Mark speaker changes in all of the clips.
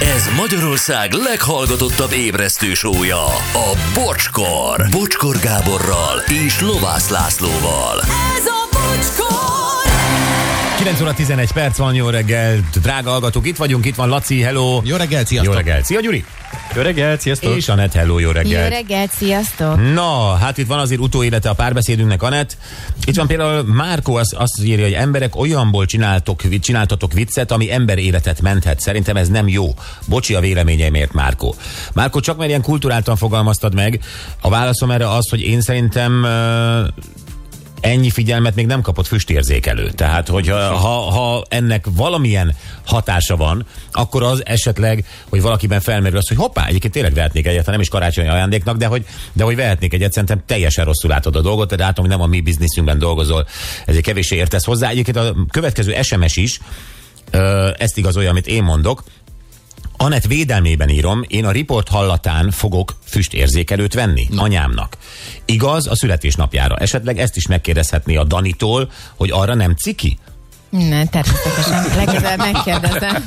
Speaker 1: Ez Magyarország leghallgatottabb ébresztő sója, a Bocskor. Bocskor Gáborral és Lovász Lászlóval.
Speaker 2: Ez a bocskor!
Speaker 3: 9 óra 11 perc van, jó reggel, drága hallgatók, itt vagyunk, itt van Laci, hello.
Speaker 4: Jó reggelt, sziasztok!
Speaker 3: Jó reggel, szia Gyuri!
Speaker 5: Jó reggelt, sziasztok!
Speaker 3: És Anett, hello, jó
Speaker 6: Jó
Speaker 3: reggel.
Speaker 6: reggelt, sziasztok!
Speaker 3: Na, hát itt van azért utóélete a párbeszédünknek, Anett. Itt van például Márko, azt, azt írja, hogy emberek olyanból csináltok, vi- csináltatok viccet, ami ember életet menthet. Szerintem ez nem jó. Bocsi a véleményemért, Márko. Márko, csak mert ilyen kulturáltan fogalmaztad meg, a válaszom erre az, hogy én szerintem ö, ennyi figyelmet még nem kapott füstérzékelő. Tehát, hogy ha, ha, ha ennek valamilyen hatása van, akkor az esetleg, hogy valakiben felmerül az, hogy hoppá, egyébként tényleg vehetnék egyet, ha nem is karácsonyi ajándéknak, de hogy, de hogy vehetnék egyet, szerintem teljesen rosszul látod a dolgot, de látom, hogy nem a mi bizniszünkben dolgozol, ezért kevéssé értesz hozzá. Egyébként a következő SMS is, ö, ezt igazolja, amit én mondok, Anett védelmében írom, én a riport hallatán fogok füstérzékelőt venni anyámnak. Igaz a születésnapjára. Esetleg ezt is megkérdezhetné a Danitól, hogy arra nem ciki?
Speaker 6: Nem, természetesen. Legközelebb megkérdezem.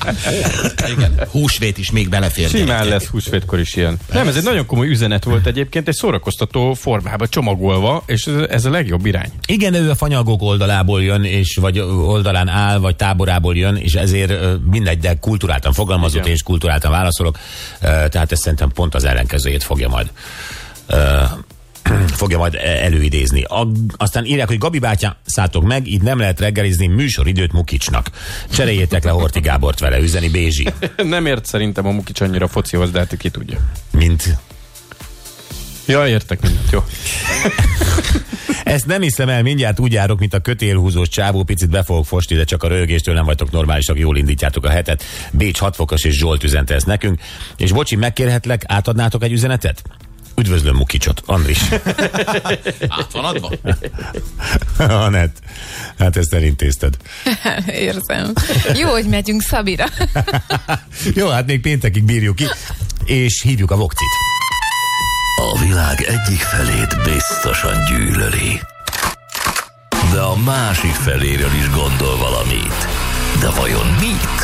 Speaker 4: Igen, húsvét is még belefér.
Speaker 5: Simán lesz húsvétkor is ilyen. Nem, ez egy nagyon komoly üzenet volt egyébként, egy szórakoztató formába csomagolva, és ez, ez a legjobb irány.
Speaker 3: Igen, ő a fanyagok oldalából jön, és vagy oldalán áll, vagy táborából jön, és ezért ö, mindegy, de kulturáltan fogalmazott,
Speaker 5: Igen.
Speaker 3: és kulturáltan válaszolok. Ö, Tehát ez szerintem pont az ellenkezőjét fogja majd fogja majd e- előidézni. A, aztán írják, hogy Gabi bátyám, szálltok meg, így nem lehet reggelizni műsoridőt Mukicsnak. Cseréljétek le Horti Gábort vele, üzeni Bézsi,
Speaker 5: Nem ért szerintem a Mukics annyira focihoz, de hát ki tudja.
Speaker 3: mint
Speaker 5: Ja, értek mindent, jó.
Speaker 3: Ezt nem hiszem el, mindjárt úgy járok, mint a kötélhúzós csávó, picit be fogok fosni, de csak a röhögéstől nem vagytok normálisak, jól indítjátok a hetet. Bécs 6 fokos és Zsolt üzente ezt nekünk. És bocsi, megkérhetlek, átadnátok egy üzenetet? Üdvözlöm Mukicsot, Andris.
Speaker 4: Át van adva?
Speaker 3: Anett, hát ezt elintézted.
Speaker 6: Érzem. Jó, hogy megyünk Szabira.
Speaker 3: Jó, hát még péntekig bírjuk ki, és hívjuk a vokcit.
Speaker 1: A világ egyik felét biztosan gyűlöli. De a másik feléről is gondol valamit. De vajon mit?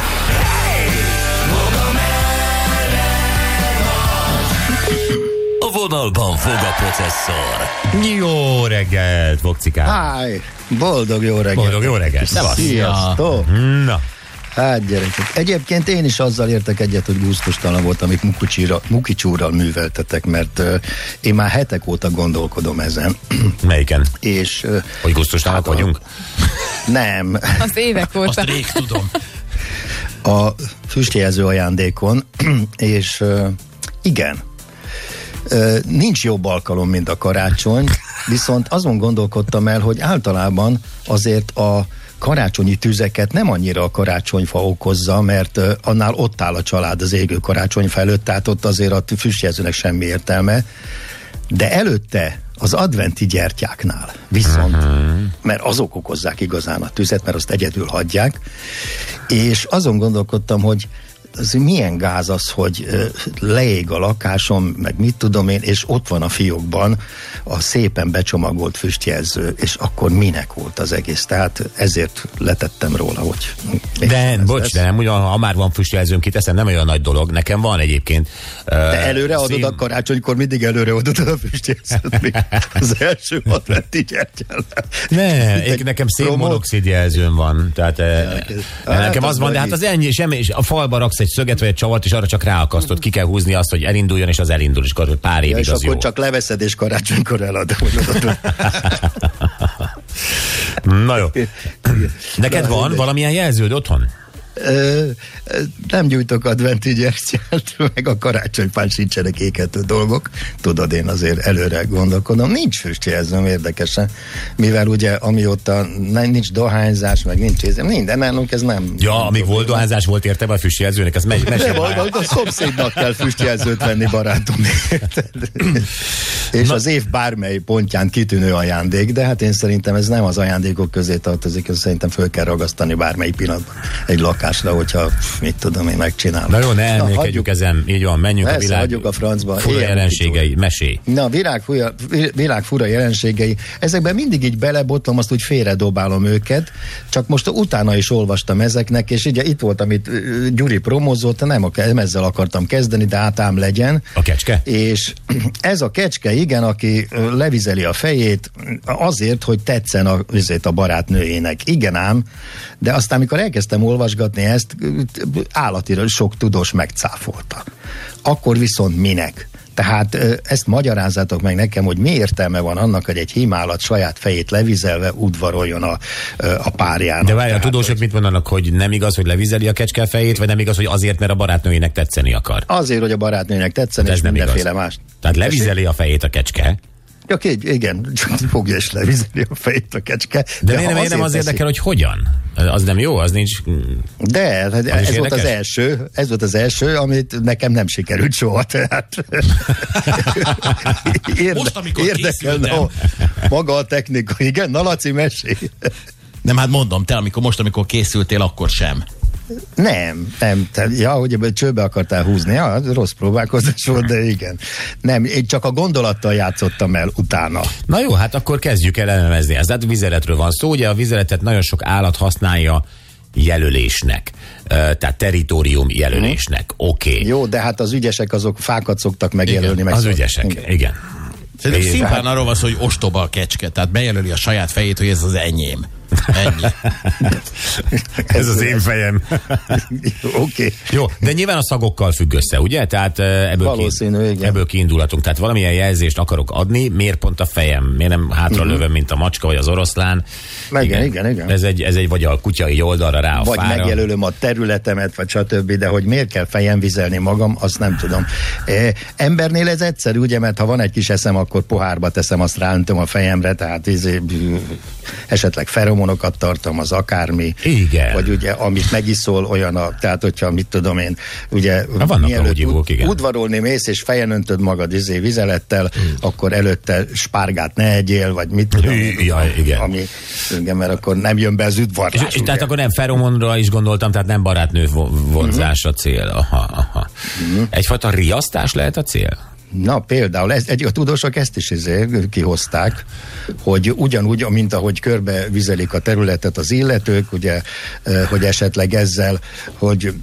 Speaker 1: A vonalban fog a processzor.
Speaker 3: Jó reggelt, vokcikám.
Speaker 7: Háj! Boldog jó reggelt!
Speaker 3: Boldog jó reggelt. Szevasz.
Speaker 7: Sziasztok!
Speaker 3: Na,
Speaker 7: Hát gyerekek, egyébként én is azzal értek egyet, hogy gusztustalan volt, amit Mukucsira- Mukicsúrral műveltetek, mert uh, én már hetek óta gondolkodom ezen,
Speaker 3: melyiken?
Speaker 7: és uh,
Speaker 3: Hogy gusztustalanok
Speaker 7: Hát a-
Speaker 3: vagyunk?
Speaker 7: nem,
Speaker 6: Az évek
Speaker 4: Azt
Speaker 6: óta.
Speaker 4: rég tudom.
Speaker 7: a füstjelző ajándékon, és uh, igen, Ö, nincs jobb alkalom, mint a karácsony, viszont azon gondolkodtam el, hogy általában azért a karácsonyi tüzeket nem annyira a karácsonyfa okozza, mert ö, annál ott áll a család az égő karácsonyfa előtt, tehát ott azért a tü- füstjelzőnek semmi értelme, de előtte az adventi gyertyáknál viszont,
Speaker 3: Mhm.
Speaker 7: mert azok okozzák igazán a tüzet, mert azt egyedül hagyják, és azon gondolkodtam, hogy ez milyen gáz az, hogy ö, leég a lakásom, meg mit tudom én, és ott van a fiókban a szépen becsomagolt füstjelző, és akkor minek volt az egész? Tehát ezért letettem róla, hogy...
Speaker 3: De,
Speaker 7: ez
Speaker 3: bocs,
Speaker 7: lesz.
Speaker 3: de nem, ugyan, ha már van füstjelzőm, kiteszem, nem olyan nagy dolog. Nekem van egyébként.
Speaker 7: Te előre adod a karácsonykor, mindig előre adod a füstjelzőt, még az első adventi gyertyán.
Speaker 3: Ne,
Speaker 7: Egy
Speaker 3: én- nekem
Speaker 7: promó?
Speaker 3: szénmonoxid jelzőm van. Tehát, eh,
Speaker 7: Hát,
Speaker 3: nekem az
Speaker 7: az
Speaker 3: van, de
Speaker 7: vagy
Speaker 3: hát az
Speaker 7: így.
Speaker 3: ennyi, semmi, és a falba raksz egy szöget vagy egy csavat, és arra csak ráakasztod, ki kell húzni azt, hogy elinduljon, és az elindul, és akkor pár
Speaker 7: Ja,
Speaker 3: évig
Speaker 7: és
Speaker 3: az
Speaker 7: akkor
Speaker 3: jó.
Speaker 7: csak leveszed, és karácsonykor eladod.
Speaker 3: Na jó. Neked van valamilyen jelződ otthon?
Speaker 7: Ö, ö, nem gyújtok adventi gyertyát, meg a karácsonyfán sincsenek égető dolgok. Tudod, én azért előre gondolkodom. Nincs füstjelzőm érdekesen, mivel ugye amióta ne- nincs dohányzás, meg nincs ez, minden nálunk ez nem.
Speaker 3: Ja, amíg volt dohányzás, volt érte a füstjelzőnek, ez megy,
Speaker 7: De
Speaker 3: mesélj már.
Speaker 7: van, a szomszédnak kell füstjelzőt venni, barátom. érted? És az év bármely pontján kitűnő ajándék, de hát én szerintem ez nem az ajándékok közé tartozik, ezt szerintem föl kell ragasztani bármely pillanatban egy lakásra, hogyha pff, mit tudom én megcsinálom.
Speaker 3: Na jó, ne elmélkedjük
Speaker 7: hagyjuk.
Speaker 3: ezen. Így van, menjünk a
Speaker 7: Persze,
Speaker 3: világ.
Speaker 7: hagyjuk a francba.
Speaker 3: Fura
Speaker 7: Ilyen
Speaker 3: jelenségei, mesé.
Speaker 7: Na, világ fura, világ fura jelenségei. Ezekben mindig így belebotlom, azt úgy félredobálom őket, csak most utána is olvastam ezeknek, és ugye itt volt, amit ö, Gyuri promózott, nem, a- nem ezzel akartam kezdeni, de hát ám legyen.
Speaker 3: A kecske?
Speaker 7: És ez a kecske, igen, aki ö, levizeli a fejét azért, hogy tetszen a, azért a barátnőjének. Igen ám, de aztán, amikor elkezdtem olvasgatni ezt, ö, ö, állatira sok tudós megcáfolta. Akkor viszont minek? Tehát ö, ezt magyarázzátok meg nekem, hogy mi értelme van annak, hogy egy hímállat saját fejét levizelve udvaroljon a, ö, a párjának.
Speaker 3: De várj, a
Speaker 7: Tehát,
Speaker 3: tudósok mit mondanak, hogy nem igaz, hogy levizeli a kecske fejét, vagy nem igaz, hogy azért, mert a barátnőjének tetszeni akar.
Speaker 7: Azért, hogy a barátnőnek tetszen,
Speaker 3: De
Speaker 7: és
Speaker 3: ez nem igaz.
Speaker 7: mindenféle más.
Speaker 3: Tehát levizeli a fejét a kecske.
Speaker 7: Ja, kégy, igen, csak fogja és levizeli a fejét a kecske.
Speaker 3: De,
Speaker 7: ha
Speaker 3: miért nem, miért nem az
Speaker 7: teszi-
Speaker 3: érdekel, hogy hogyan? Az nem jó, az nincs.
Speaker 7: De, hát ez volt
Speaker 3: érdekes?
Speaker 7: az első, ez volt az első, amit nekem nem sikerült soha, tehát érde,
Speaker 4: Most, amikor készültem.
Speaker 7: no, maga a technika. Igen, na Laci, mesélj.
Speaker 4: Nem, hát mondom, te amikor most, amikor készültél, akkor sem.
Speaker 7: Nem, nem. Te, ja, hogy ebből csőbe akartál húzni. Ja, rossz próbálkozás volt, de igen. Nem, én csak a gondolattal játszottam el utána.
Speaker 3: Na jó, hát akkor kezdjük el elemezni ezt. Tehát vizeletről van szó, ugye a vizeletet nagyon sok állat használja jelölésnek, Ö, tehát teritorium jelölésnek. Oké. Okay.
Speaker 7: Mhm. Jó, de hát az ügyesek azok fákat szoktak megjelölni. meg
Speaker 3: Az
Speaker 7: szoktak-
Speaker 3: ügyesek,
Speaker 7: Igen.
Speaker 3: igen. igen.
Speaker 4: Szerintem
Speaker 3: Igen.
Speaker 7: hát-
Speaker 4: szimplán arról van szó, hogy ostoba a kecske, tehát bejelöli a saját fejét, hogy ez az enyém. Ennyi.
Speaker 3: Ez az én fejem.
Speaker 7: Oké. Okay.
Speaker 3: Jó, de nyilván a szagokkal függ össze, ugye? Tehát eh, ebből,
Speaker 7: Valószínű, igen.
Speaker 3: ebből kiindulatunk. Tehát valamilyen jelzést akarok adni, miért pont a fejem? Miért nem hátra lövöm, mint a macska vagy az oroszlán?
Speaker 7: Mhm. Igen, igen, igen.
Speaker 3: Ez egy, ez egy vagy a kutya így oldalra rá a
Speaker 7: vagy
Speaker 3: fára.
Speaker 7: megjelölöm a területemet, vagy stb., de hogy miért kell fejen vizelni magam, azt nem tudom. E, embernél ez egyszerű, ugye, mert ha van egy kis eszem, akkor pohárba teszem, azt ráöntöm a fejemre, tehát izé, bű, esetleg feromonokat tartom, az akármi.
Speaker 3: Igen.
Speaker 7: Vagy ugye, amit megiszol, olyan a, tehát hogyha, mit tudom én, ugye,
Speaker 3: Na, vannak
Speaker 7: mielőtt
Speaker 3: ahogy ivók,
Speaker 7: ud-
Speaker 3: igen.
Speaker 7: udvarolni mész, és fejen öntöd magad izé vizelettel,
Speaker 3: Hmm.
Speaker 7: akkor előtte spárgát ne egyél, vagy mit tudom én,
Speaker 3: Hű, jaj, igen.
Speaker 7: ami, igen, mert akkor nem jön be az
Speaker 3: És,
Speaker 7: udvarlás.
Speaker 3: és
Speaker 7: ugye.
Speaker 3: tehát akkor nem feromonra is gondoltam, tehát nem barátnő vo- vonzás
Speaker 7: Mhm.
Speaker 3: a cél. Aha, aha. Egyfajta riasztás lehet a cél?
Speaker 7: Na például, ez, egy, a tudósok ezt is izé, kihozták, hogy ugyanúgy, mint ahogy körbe vizelik a területet az illetők, ugye, ö, hogy esetleg ezzel, hogy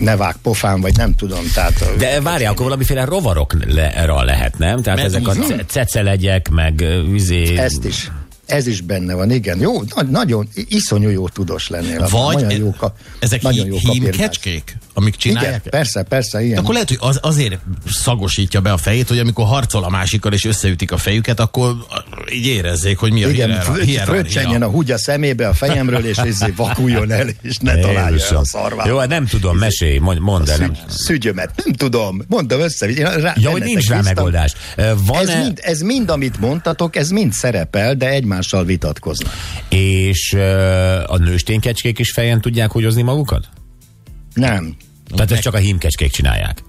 Speaker 7: ne vág pofán, vagy nem tudom, tehát ö,
Speaker 3: De várjál, akkor valamiféle rovarokra lehet, nem? Tehát
Speaker 4: Medúza.
Speaker 3: ezek a ce- cecelegyek, meg ö, izé...
Speaker 7: ezt is. Ez is benne van, igen. Jó, na, nagyon, iszonyú jó tudós lennél. abban.
Speaker 4: Vagy
Speaker 7: nagyon jók a-
Speaker 4: ezek
Speaker 7: nagyon
Speaker 4: hí-
Speaker 7: jók a példák.
Speaker 4: hímkecskék, amik
Speaker 7: Igen,
Speaker 4: csinálják?
Speaker 7: persze, persze, ilyen.
Speaker 4: Akkor lehet, hogy az, azért szagosítja be a fejét, hogy amikor harcol a másikkal és összeütik a fejüket, akkor így érezzék, hogy mi a
Speaker 7: igen,
Speaker 4: hierar-
Speaker 7: fröccs- fröccsenjen
Speaker 4: hierarchia.
Speaker 7: a húgy a szemébe a fejemről, és ezért vakuljon el, és ne Hát találja el
Speaker 3: Jézusom.
Speaker 7: a szarvát.
Speaker 3: Jó, hát nem tudom, mesélj, mond, mondd el. Nem.
Speaker 7: Szügy, szügyömet. Nem tudom. Mondom össze. Én rá,
Speaker 3: Ja, hogy
Speaker 7: bennetek
Speaker 3: nincs rá
Speaker 7: bíztam.
Speaker 3: megoldás. Ö,
Speaker 7: Ez
Speaker 3: Van-e,
Speaker 7: mind, ez mind, amit mondtatok, ez mind szerepel, de egymással vitatkoznak.
Speaker 3: és ö, a nősténykecskék is fejen tudják húgyozni magukat?
Speaker 7: Nem.
Speaker 3: Tehát ezt csak a hímkecskék csinálják.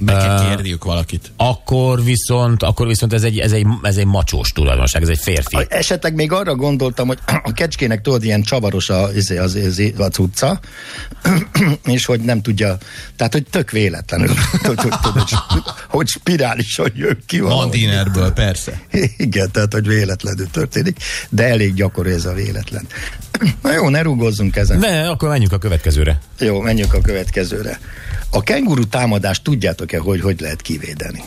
Speaker 4: Meg kell kérniük valakit.
Speaker 3: Akkor viszont, akkor viszont ez egy, ez egy, ez egy macsós tulajdonság, ez egy férfi.
Speaker 7: Esetleg még arra gondoltam, hogy a kecskének tudod, ilyen csavaros a, az, az, az, a cucca, és hogy nem tudja, tehát hogy tök véletlenül, tudod, hogy- tudod, hogy spirálisan jön ki valahogy.
Speaker 4: Mandinerből, persze.
Speaker 7: Igen, tehát, hogy véletlenül történik, de elég gyakori ez a véletlen. Na jó, ne rugózzunk ezen.
Speaker 3: Ne, akkor menjünk a következőre.
Speaker 7: Jó, menjünk a következőre. A kenguru támadást tudjátok-e, hogy hogy lehet kivédeni?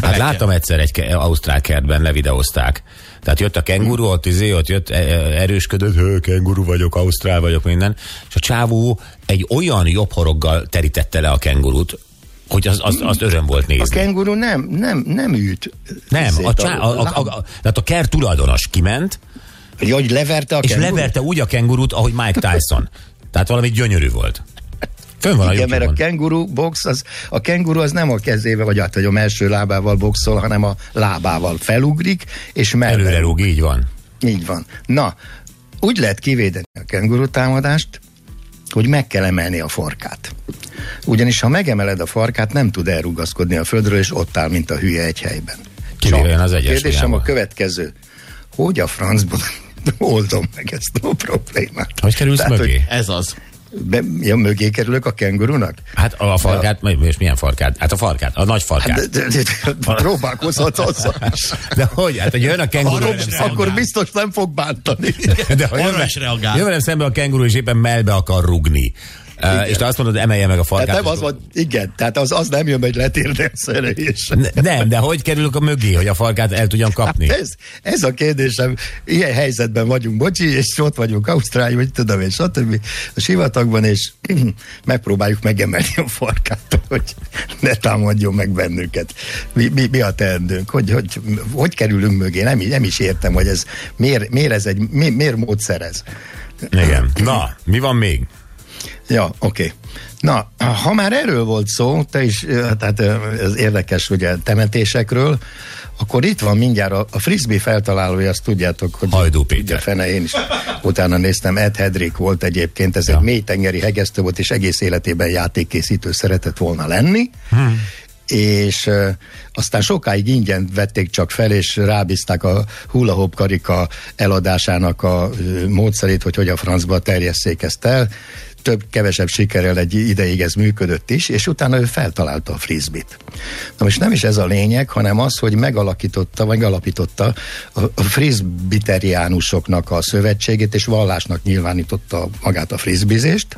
Speaker 3: Hát láttam egyszer egy ke- ausztrál kertben, levideozták. Tehát jött a kenguru, ott, izé, ott jött e- e- erősködött, hő, kenguru vagyok, ausztrál vagyok, minden. És a csávó egy olyan jobb horoggal terítette le a kengurut, hogy az, az, az öröm volt
Speaker 7: A
Speaker 3: nézni.
Speaker 7: kenguru nem, nem, nem üt.
Speaker 3: Nem,
Speaker 7: Szét
Speaker 3: a, csá, a, a, a, a, tehát a kert tulajdonos kiment,
Speaker 7: Ja, hogy leverte a
Speaker 3: és
Speaker 7: kenguru?
Speaker 3: leverte úgy a kengurut, ahogy Mike Tyson. Tehát valami gyönyörű volt. Fönn van
Speaker 7: Igen,
Speaker 3: a
Speaker 7: mert a
Speaker 3: youtube
Speaker 7: kenguru box, az, a kenguru az nem a kezébe, vagy hát, hogy a első lábával boxol, hanem a lábával felugrik, és mellé.
Speaker 3: Előre rúg, így van.
Speaker 7: Így van. Na, úgy lehet kivédeni a kenguru támadást, hogy meg kell emelni a farkát. Ugyanis ha megemeled a farkát, nem tud elrugaszkodni a földről, és ott áll, mint a hülye egy helyben.
Speaker 3: Kivéve
Speaker 7: Csak.
Speaker 3: az egyes
Speaker 7: Kérdésem
Speaker 3: hiába.
Speaker 7: a következő. Hogy a francban oldom meg ezt a problémát.
Speaker 3: Hogy kerülsz
Speaker 7: Tehát,
Speaker 3: mögé?
Speaker 7: hogy
Speaker 4: Ez az.
Speaker 7: Be, ja, mögé kerülök a kengurunak?
Speaker 3: Hát a farkát, ja. és milyen farkát? Hát a farkát, a nagy farkát.
Speaker 7: De, de, de, de, próbálkozhatsz azzal is.
Speaker 3: De hogy? Hát, hogy jön a
Speaker 7: Ha
Speaker 3: kenguru.
Speaker 7: rob-
Speaker 3: velem szembe.
Speaker 7: akkor biztos nem fog bántani.
Speaker 3: De ha jön,
Speaker 4: Arra is reagál.
Speaker 3: jön velem szembe a kenguru, és éppen melbe akar rugni. Uh, és te azt mondod, emelje meg a farkát.
Speaker 7: Tehát Hát
Speaker 3: és
Speaker 7: nem az van, igen, tehát az, az nem jön, hogy letérdelsz erre is.
Speaker 3: Ne- Nem, de hogy kerülök a mögé, hogy a farkát el tudjam kapni?
Speaker 7: Hát Ez, ez a kérdésem, ilyen helyzetben vagyunk, bocsi, és ott vagyunk Ausztrália, vagy tudom én, stb. A sivatagban, és mhm, megpróbáljuk megemelni a farkát, hogy ne támadjon meg bennünket. Mi, mi, mi a teendőnk? Hogy, hogy, hogy kerülünk mögé? Nem, nem is értem, hogy ez miért, miért, ez egy, mi, miért módszer ez.
Speaker 3: Igen. Na, mi van még?
Speaker 7: Ja, oké. Na, ha már erről volt szó, te is, ö, tehát ö, ez érdekes ugye temetésekről, akkor itt van mindjárt a, a frisbee feltalálója, azt tudjátok, hogy
Speaker 3: Hajdú Péter.
Speaker 7: Ugye fene, én is utána néztem, Ed Hedrick volt egyébként, ez ja. egy mélytengeri hegesztő volt, és egész életében játékkészítő szeretett volna lenni,
Speaker 3: Hm.
Speaker 7: hmm. és ö, aztán sokáig ingyen vették csak fel, és rábízták a hula hoop karika eladásának a ö, módszerét, hogy hogy a francba terjesszék ezt el, több-kevesebb sikerrel egy ideig ez működött is, és utána ő feltalálta a frisbit. Na most nem is ez a lényeg, hanem az, hogy megalakította, vagy alapította a a frisbiteriánusoknak a szövetségét, és vallásnak nyilvánította magát a frisbizést.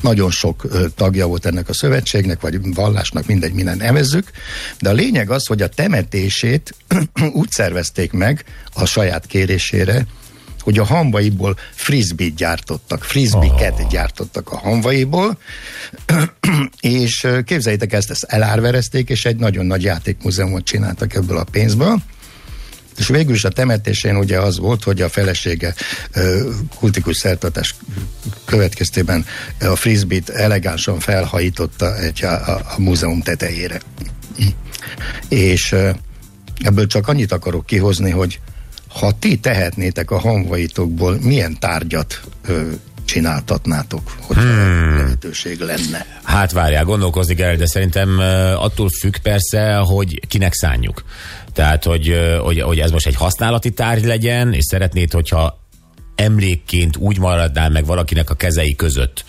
Speaker 7: Nagyon sok ö, tagja volt ennek a szövetségnek, vagy vallásnak, mindegy, minden nevezzük. De a lényeg az, hogy a temetését úgy szervezték meg a saját kérésére, hogy a hamvaiból frisbee gyártottak, frisbiket oh. gyártottak a hamvaiból, és ö, képzeljétek ezt, ezt elárverezték, és egy nagyon nagy játékmúzeumot csináltak ebből a pénzből, és végül is a temetésén ugye az volt, hogy a felesége ö, kultikus szertartás következtében a frisbit elegánsan felhajította egy a, a, a múzeum tetejére. És ö, ebből csak annyit akarok kihozni, hogy ha ti tehetnétek a hanvaitokból, milyen tárgyat ö, csináltatnátok, hogy lehetőség lenne.
Speaker 3: Hát várjál, gondolkozni kell, de szerintem ö, attól függ persze, hogy kinek szánjuk. Tehát, hogy, ö, hogy, hogy ez most egy használati tárgy legyen, és szeretnéd, hogyha emlékként úgy maradnál meg valakinek a kezei között,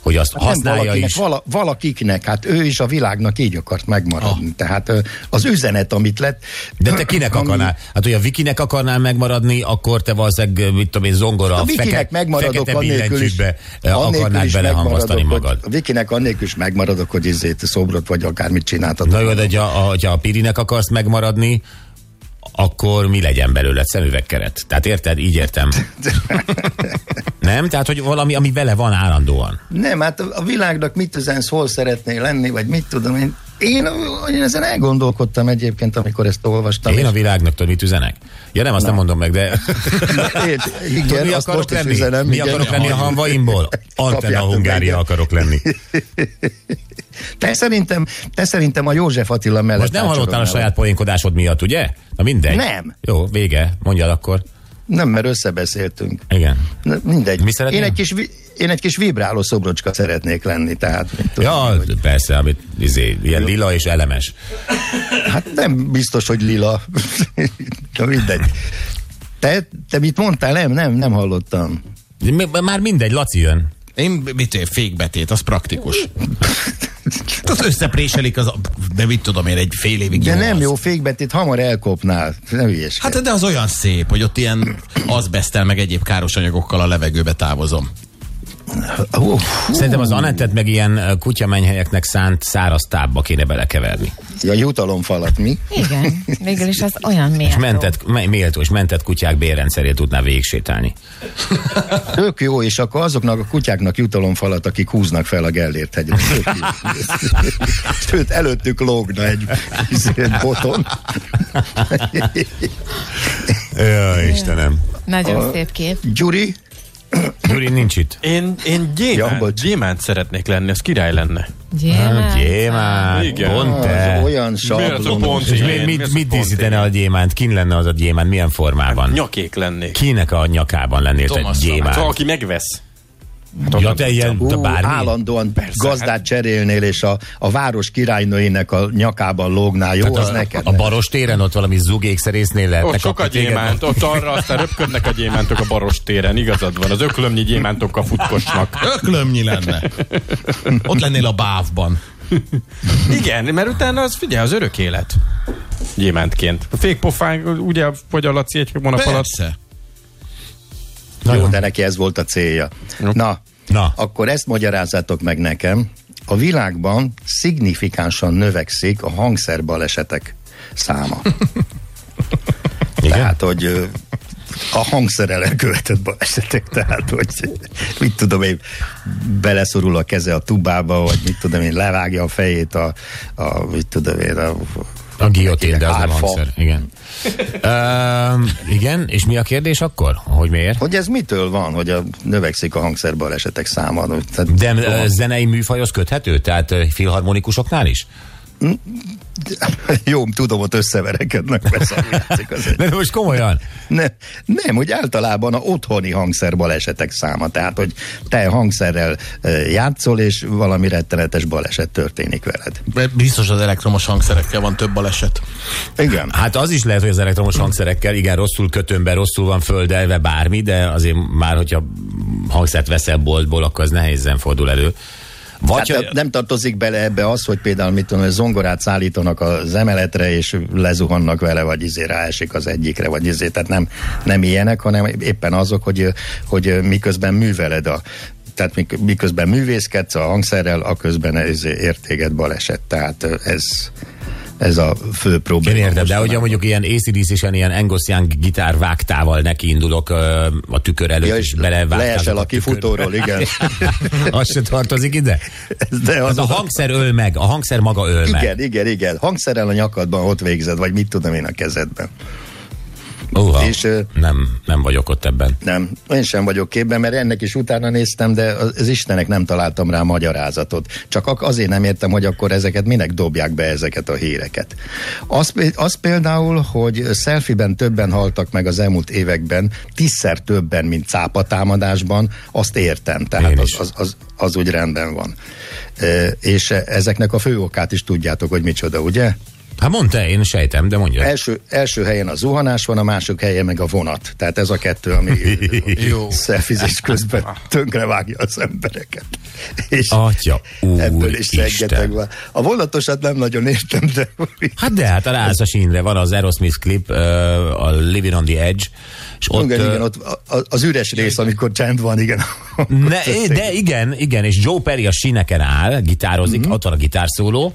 Speaker 3: hogy azt
Speaker 7: Hát nem
Speaker 3: használja
Speaker 7: valakinek,
Speaker 3: is.
Speaker 7: Vala, valakiknek, hát ő is a világnak így akart megmaradni. Ah. Tehát ö, az üzenet, amit lett...
Speaker 3: De te kinek
Speaker 7: ami-
Speaker 3: akarnál? Hát, hogy a Vikinek akarnál megmaradni, akkor te valószínűleg, ö, mit tudom én, zongora,
Speaker 7: Hát A Vikinek megmaradok,
Speaker 3: fekete
Speaker 7: annélkül is,
Speaker 3: billentyűsbe ö,
Speaker 7: annélkül
Speaker 3: akarnád
Speaker 7: is
Speaker 3: belehangasztani
Speaker 7: megmaradok,
Speaker 3: magad.
Speaker 7: hogy, a Vikinek annélkül is megmaradok, hogy izzét szobrot vagy akármit csináltatok.
Speaker 3: Na jó, de hogyha, hogyha a Pirinek akarsz megmaradni, akkor mi legyen belőle szemüvegkeret? Tehát érted? Így értem. Nem? Tehát, hogy valami, ami vele van állandóan.
Speaker 7: Nem, hát a a világnak mit üzensz, hol szeretnél lenni, vagy mit tudom én. Én, én ezen elgondolkodtam egyébként, amikor ezt olvastam.
Speaker 3: Én
Speaker 7: és-
Speaker 3: a világnak tudod, mit üzenek? Ja nem, azt nem mondom meg, de...
Speaker 7: Én-
Speaker 3: Tudod, mi
Speaker 7: igen, azt
Speaker 3: akarok
Speaker 7: most is
Speaker 3: lenni?
Speaker 7: üzenem.
Speaker 3: mi
Speaker 7: igen.
Speaker 3: akarok lenni a hanvaimból? Antenna
Speaker 7: Kapjátok
Speaker 3: Hungária
Speaker 7: engem.
Speaker 3: akarok lenni.
Speaker 7: Te szerintem, te szerintem a József Attila mellett...
Speaker 3: Most nem hallottál a
Speaker 7: ácsorolnál.
Speaker 3: saját poénkodásod miatt, ugye? Na mindegy.
Speaker 7: Nem.
Speaker 3: Jó, vége. Mondjad akkor.
Speaker 7: Nem, mert összebeszéltünk.
Speaker 3: Igen.
Speaker 7: Na, mindegy.
Speaker 3: Mi szeretnél?
Speaker 7: én, egy kis, vi- én egy kis vibráló szobrocska szeretnék lenni, tehát mit tudom,
Speaker 3: Ja,
Speaker 7: hogy,
Speaker 3: persze, amit izé, ilyen lila és elemes.
Speaker 7: hát nem biztos, hogy lila. Na mindegy. Te, te mit mondtál? Nem, nem, nem hallottam.
Speaker 3: Mi- Már mindegy, Laci jön.
Speaker 4: Én mit én, fékbetét, az praktikus. Tehát összepréselik az, a- de mit tudom én, egy fél évig.
Speaker 7: De nem
Speaker 4: az.
Speaker 7: jó fékbetét, hamar elkopnál. Nem ügyes. Hát,
Speaker 4: Hát de az olyan szép, hogy ott ilyen azbesztel meg egyéb káros anyagokkal a levegőbe távozom.
Speaker 3: Hát,
Speaker 7: uh,
Speaker 3: Szerintem az Anettet meg ilyen ö, kutyamenhelyeknek szánt száraz tábba kéne belekeverni.
Speaker 7: ja, jutalomfalat, mi?
Speaker 6: Igen, végül is az olyan
Speaker 3: És
Speaker 6: méltó.
Speaker 3: mentett, me- méltó, és mentett kutyák bérrendszerét tudná végsétálni.
Speaker 7: Tök jó, és akkor azoknak a kutyáknak jutalomfalat, akik húznak fel a Gellért hegyre. Tök jó. Sőt, előttük lógna egy, egy boton.
Speaker 3: Jaj, Istenem.
Speaker 6: Nagyon szép kép.
Speaker 7: Gyuri,
Speaker 3: Gyuri nincs itt.
Speaker 5: Én, én
Speaker 7: Ja,
Speaker 5: gyémánt, ja,
Speaker 7: bocs.
Speaker 5: gyémánt szeretnék lenni, az király lenne.
Speaker 6: Gyémánt.
Speaker 3: Gyémánt,
Speaker 5: Igen.
Speaker 3: pont
Speaker 7: Ah, az
Speaker 3: te.
Speaker 7: olyan
Speaker 5: Miért a
Speaker 7: sablonos.
Speaker 5: pont?
Speaker 3: És mi,
Speaker 5: Én, mi az
Speaker 3: mit,
Speaker 5: a
Speaker 3: mit
Speaker 5: pont
Speaker 3: díszítene
Speaker 5: én? Hát
Speaker 3: a gyémánt? Kin lenne az a gyémánt? Milyen formában?
Speaker 5: Nyakék lennék.
Speaker 3: Kinek a nyakában lennél te
Speaker 4: Thomas
Speaker 3: gyémánt?
Speaker 5: Szóval, aki megvesz.
Speaker 3: Ja, te ilyen, te
Speaker 7: Ú,
Speaker 3: bármi?
Speaker 7: állandóan Persze, gazdát cserélnél, és a, a város királynőinek a nyakában lógnál. Jó, az
Speaker 3: Hát a,
Speaker 7: neked.
Speaker 3: a baros téren ott valami zugékszerésznél
Speaker 5: Ott
Speaker 3: lehetnek.
Speaker 5: sok a gyémánt, ott arra aztán röpködnek a gyémántok a baros téren, igazad van, az öklömnyi gyémántokkal futkosnak.
Speaker 4: Öklömnyi lenne. Ott lennél a bávban.
Speaker 5: Igen, mert utána az, figyelj, az örök élet. Gyémántként. A fékpofánk, ugye, hogy a Laci egy hónap alatt.
Speaker 4: Persze.
Speaker 7: Jó, de neki ez volt a célja. Na,
Speaker 3: Na.
Speaker 7: Na, akkor ezt magyarázzátok meg nekem. A világban szignifikánsan növekszik a hangszerbalesetek száma.
Speaker 3: Igen?
Speaker 7: Tehát, hogy ö, a hangszerrel elkövetett balesetek, tehát, hogy mit tudom én, beleszorul a keze a tubába, vagy mit tudom én, levágja a fejét a, a mit tudom én, a,
Speaker 3: A guillotine, de az nem
Speaker 7: Árfa.
Speaker 3: hangszer. Igen. Ö, igen, és mi a kérdés akkor? Hogy miért?
Speaker 7: hogy ez mitől van, hogy a, növekszik a hangszerbalesetek száma. Tehát,
Speaker 3: De ö, zenei műfajhoz köthető? Tehát ö, filharmonikusoknál is?
Speaker 7: jó, tudom, ott összeverekednek, persze, ahogy játszik az egy.
Speaker 3: De most komolyan.
Speaker 7: Ne, nem, hogy általában a otthoni hangszerbalesetek száma. Tehát, hogy te hangszerrel ö, játszol, és valami rettenetes baleset történik veled.
Speaker 4: Mert Biztos az elektromos hangszerekkel van több baleset.
Speaker 7: Igen.
Speaker 3: Hát az is lehet, hogy az elektromos hangszerekkel, igen, rosszul kötömbe, rosszul van földelve, bármi, de azért már, hogyha hangszert veszel boltból, akkor az nehézen fordul elő. Vagy,
Speaker 7: Hát
Speaker 3: hát,
Speaker 7: nem- nem tartozik bele ebbe az, hogy például mit tudom, hogy zongorát szállítanak az emeletre, és lezuhannak vele, vagy izé ráesik az egyikre, vagy izé, tehát nem, nem ilyenek, hanem éppen azok, hogy, hogy miközben műveled a tehát mik- miközben művészkedsz a hangszerrel, a közben ez értéget baleset. Tehát ö, ez, ez a fő
Speaker 3: én
Speaker 7: probléma.
Speaker 3: értem, de
Speaker 7: mostanában.
Speaker 3: hogyha mondjuk ilyen ACDC-sen ilyen Angus Young gitár vágtával nekiindulok ö, a tükör előtt,
Speaker 7: Ja,
Speaker 3: és,
Speaker 7: és
Speaker 3: és belevágtázok
Speaker 7: leesel a
Speaker 3: tükörbe.
Speaker 7: kifutóról, igen.
Speaker 3: Az se tartozik ide?
Speaker 7: De
Speaker 3: Az a hangszer öl meg, a hangszer maga öl meg.
Speaker 7: Igen, igen, igen. Hangszerrel a nyakadban ott végzed, vagy mit tudom én a kezedben.
Speaker 3: Uha,
Speaker 7: És, ö,
Speaker 3: nem, nem vagyok ott ebben.
Speaker 7: Nem, én sem vagyok képben, mert ennek is utána néztem, de az az Istenek nem találtam rá magyarázatot. Csak ak- azért nem értem, hogy akkor ezeket minek dobják be ezeket a híreket. Az, pé- az például, hogy szelfiben többen haltak meg az elmúlt években, tízszer többen, mint cápatámadásban, azt értem.
Speaker 3: Én
Speaker 7: Tehát
Speaker 3: is.
Speaker 7: az, az, az, az úgy rendben van. E, és ezeknek a fő okát is tudjátok, hogy micsoda, ugye?
Speaker 3: Hát mondd te, én sejtem, de mondja.
Speaker 7: Első, első helyen a zuhanás van, a másik helyen meg a vonat. Tehát ez a kettő, ami
Speaker 4: Jó.
Speaker 7: szelfizés közben tönkrevágja az embereket. És
Speaker 3: Atya, úr,
Speaker 7: ebből is
Speaker 3: Isten.
Speaker 7: rengeteg van. A vonatosat nem nagyon értem, de
Speaker 3: Hát de, hát a rász a sínre van az Aerosmith klip, ö, a Living on the Edge, és ott...
Speaker 7: igen,
Speaker 3: ö,
Speaker 7: igen, ott a- a- az üres rész, amikor csend van, igen.
Speaker 3: ne, de igen, igen, és Joe Perry a síneken áll, gitározik,
Speaker 7: Mhm.
Speaker 3: mm-hmm. ott van a gitárszóló,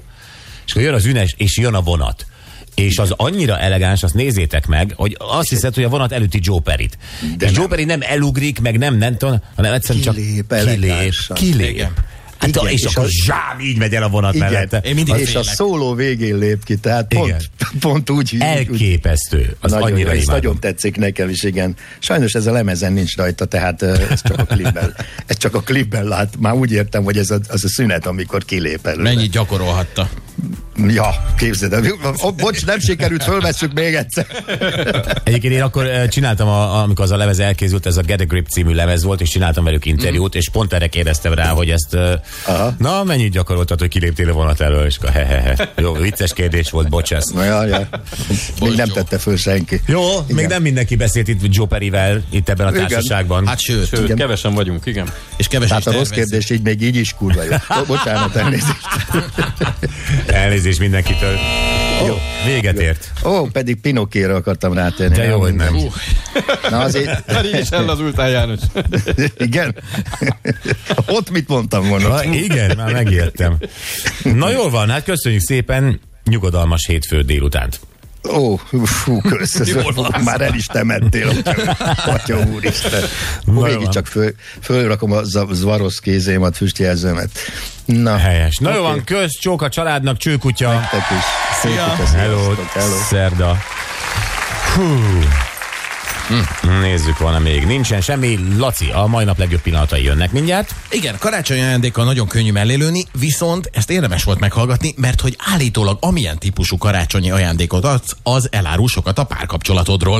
Speaker 3: és akkor jön az ünes, és jön a vonat. És az annyira elegáns, azt nézzétek meg, hogy azt hiszed, hogy a vonat elüti Joe Perry-t. De és Joe Perry nem elugrik, meg nem, nem tudom, hanem egyszerűen csak
Speaker 7: Kilép
Speaker 3: kilép.
Speaker 7: elegánsan.
Speaker 3: kilép.
Speaker 4: Igen.
Speaker 3: Hát igen,
Speaker 7: Igen,
Speaker 3: és, és
Speaker 7: és
Speaker 3: akkor
Speaker 7: az-
Speaker 3: zsám, így megy el a vonat
Speaker 7: Igen.
Speaker 3: mellette.
Speaker 4: Én mindig
Speaker 7: és a
Speaker 4: félek.
Speaker 7: szóló végén lép ki, tehát pont,
Speaker 3: Igen.
Speaker 7: pont úgy, úgy- úgy
Speaker 3: Elképesztő. Az
Speaker 7: nagyon
Speaker 3: annyira
Speaker 7: jó, és
Speaker 3: imádom.
Speaker 7: nagyon tetszik nekem is, igen. Sajnos ez a lemezen nincs rajta, tehát ö, ez csak a klipben, ez csak a klipben lát. Már úgy értem, hogy ez a, az a szünet, amikor kilép elő.
Speaker 4: Mennyit gyakorolhatta?
Speaker 7: Ja, képzeld el. Ó, Bocs, nem sikerült, fölvesszük még egyszer.
Speaker 3: Egyébként én akkor ö, csináltam, a, amikor az a lemez elkészült, ez a Get a Grip című lemez volt, és csináltam velük interjút, és pont erre kérdeztem rá, hogy ezt, ö, na, mennyit gyakoroltad, hogy kiléptél a vonat elől, és akkor hehehe. Jó, vicces kérdés volt, bocsász.
Speaker 7: Na, ja, ja. Még nem tette föl senki.
Speaker 3: Jó, Igen. még nem mindenki beszélt itt Joe Perryvel, itt ebben a
Speaker 7: Igen.
Speaker 3: társaságban.
Speaker 4: Hát sőt,
Speaker 5: Sőt, kevesen vagyunk, igen.
Speaker 4: és kevesen
Speaker 7: Hát a rossz kérdés így még így is kurva jó. Ó, Bocsánat, elnézést.
Speaker 3: Elnézést mindenkitől. Jó, véget ért.
Speaker 7: Ó, pedig Pinokére akartam rátérni.
Speaker 3: De jó, hogy nem.
Speaker 7: Na azért,
Speaker 5: Már így is ellazultál, János.
Speaker 7: igen. Ott mit mondtam volna?
Speaker 3: Na, igen, már megijedtem. Na jól van, hát köszönjük szépen, nyugodalmas hétfő délutánt.
Speaker 7: Ó, fú, köszönöm, már el is temettél, atya úristen.
Speaker 3: Na,
Speaker 7: Ó,
Speaker 3: jó
Speaker 7: Végig
Speaker 3: van.
Speaker 7: csak föl, fölrakom a za- zvarosz kézémet, füstjelzőmet. Na,
Speaker 3: Helyes. Na okay. jó van, kösz, csók a családnak, csőkutya.
Speaker 7: Te is. Szép utat,
Speaker 3: Hello,
Speaker 7: sziasztok, hello.
Speaker 3: szerda.
Speaker 7: Hm.
Speaker 3: Hú. Nézzük, van-e még. Nincsen semmi. Laci, a mai nap legjobb pillanatai jönnek mindjárt.
Speaker 4: Igen, karácsonyi ajándékkal nagyon könnyű mellélőni, viszont ezt érdemes volt meghallgatni, mert hogy állítólag amilyen típusú karácsonyi ajándékot adsz, az elárul sokat a párkapcsolatodról.